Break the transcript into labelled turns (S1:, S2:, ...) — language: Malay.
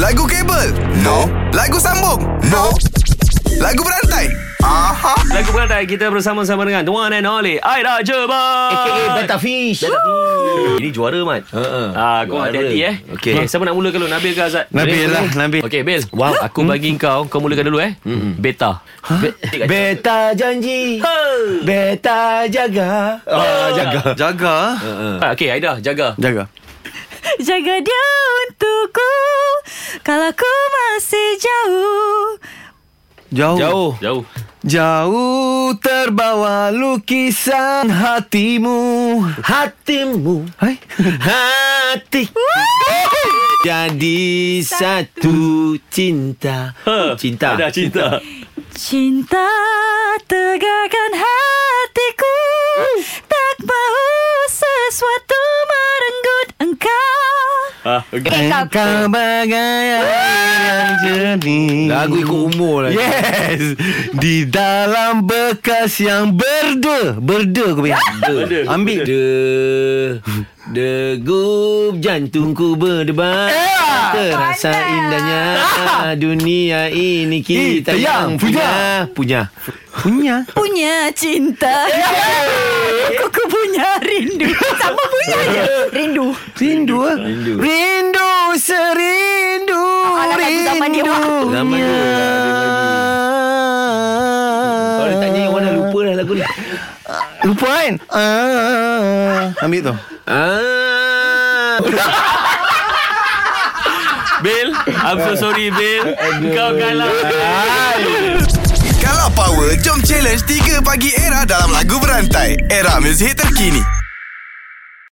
S1: Lagu kabel? No. Lagu sambung? No. Lagu berantai? Aha.
S2: Lagu berantai kita bersama-sama dengan the one and only Aida Jebat.
S3: AKA Betafish.
S2: Ini juara Mat.
S3: Ha-ha.
S2: Ah, kau
S3: Juara.
S2: hati-hati eh.
S3: Okey.
S2: Eh, siapa nak mula kalau Nabil ke Azad?
S4: Nabil lah, Nabil.
S2: Okey, Bil. Wow, aku
S3: Hmm.
S2: bagi kau. Kau mulakan dulu eh. Beta. eh,
S3: Beta janji.
S2: Huh.
S3: Beta jaga. Oh, jaga.
S4: Jaga.
S2: Ah, Okey, Aida, jaga.
S4: Jaga.
S5: Jaga dia untukku Kalau ku masih jauh
S4: Jauh.
S3: Jauh.
S2: Jauh.
S4: Jauh terbawa lukisan hatimu.
S3: Hatimu.
S4: Hai.
S3: Hati. Jadi satu cinta. Ha. Cinta.
S2: Ada cinta.
S5: Cinta tegakkan hatiku Tak mau sesuatu merenggut engkau
S2: Ah, okey.
S4: Engkau bagai air yang jernih.
S3: Lagu ikut umur lah.
S4: Yes. Di dalam bekas yang berda. Berda kau bayang.
S3: Berda.
S4: Ambil.
S3: De Degup jantungku berdebar Terasa
S5: Pandai.
S3: indahnya Dunia ini
S4: Kita
S3: kita
S4: yang
S3: yang punya Punya
S4: Punya.
S5: Punya cinta Aku ku punya rindu Sama punya je Rindu
S4: Rindu ah.
S3: Rindu.
S4: Rindu serindu
S5: Ah, Alah, lagu zaman dia, Wak.
S3: Zaman
S4: rindunya.
S3: dia, Kalau tak nyanyi orang dah lupa dah lagu ni
S4: Lupa kan? Ah. Ambil tu.
S3: Ah.
S2: Bil, I'm so sorry Bil. Kau kalah.
S1: Kalau power, jom challenge 3 pagi era dalam lagu berantai. Era muzik terkini.